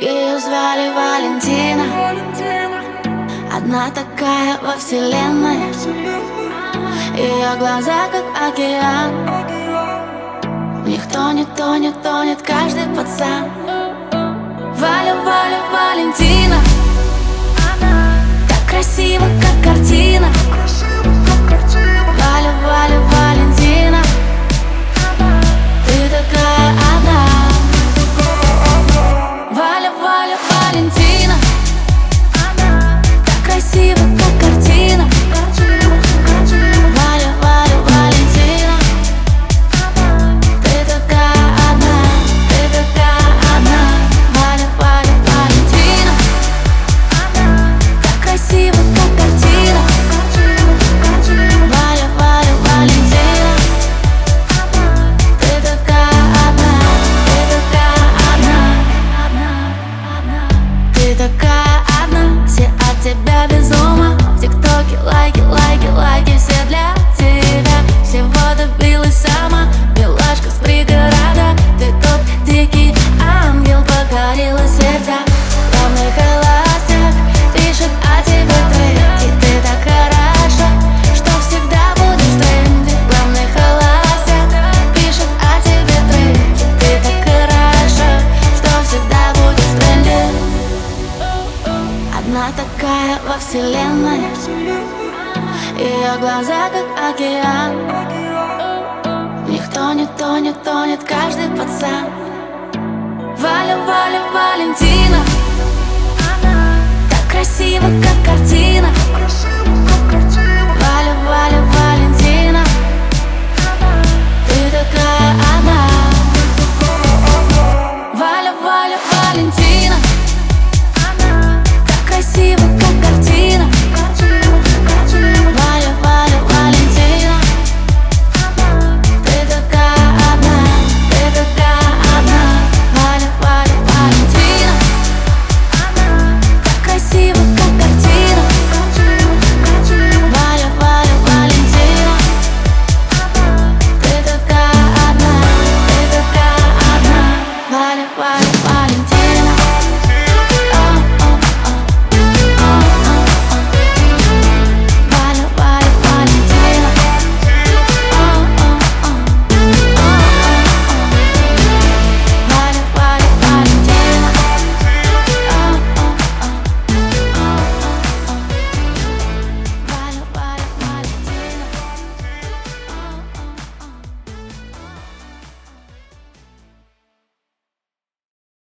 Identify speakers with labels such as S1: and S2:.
S1: Ее звали Валентина Одна такая во вселенной Ее глаза как океан В них тонет, тонет, тонет каждый пацан Валя, Валя, Валентина Так красиво, как картина Валя, Валя, Валентина Ты такая одна Валя, Валя, Валентина Так красиво, как картина Валя, Валя, Валентина Ты такая одна Ты такая одна Валя, Валя, Валентина Так красиво, как картина Валя, Валя, Валентина ты такая одна, ты такая одна, одна, одна. Ты такая одна, все от тебя без ума. В ТикТоке лайки, лайки, лайки, все для тебя. Всего добилась сама, милашка с пригорода. Ты тот дикий ангел, покорила сердца. Главный холостяк пишет о тебе тренд. И ты так хороша, что всегда будешь в тренде. Главный холостяк пишет о тебе тренд. И ты так хороша, что всегда будешь в тренде. Одна такая во вселенной, ее глаза как океан. В них тонет, тонет, тонет каждый пацан. Валя, Валя, Валентина. Так красиво, как картина Валя, Валя, Валентина Ты такая одна Валя, Валя, Валентина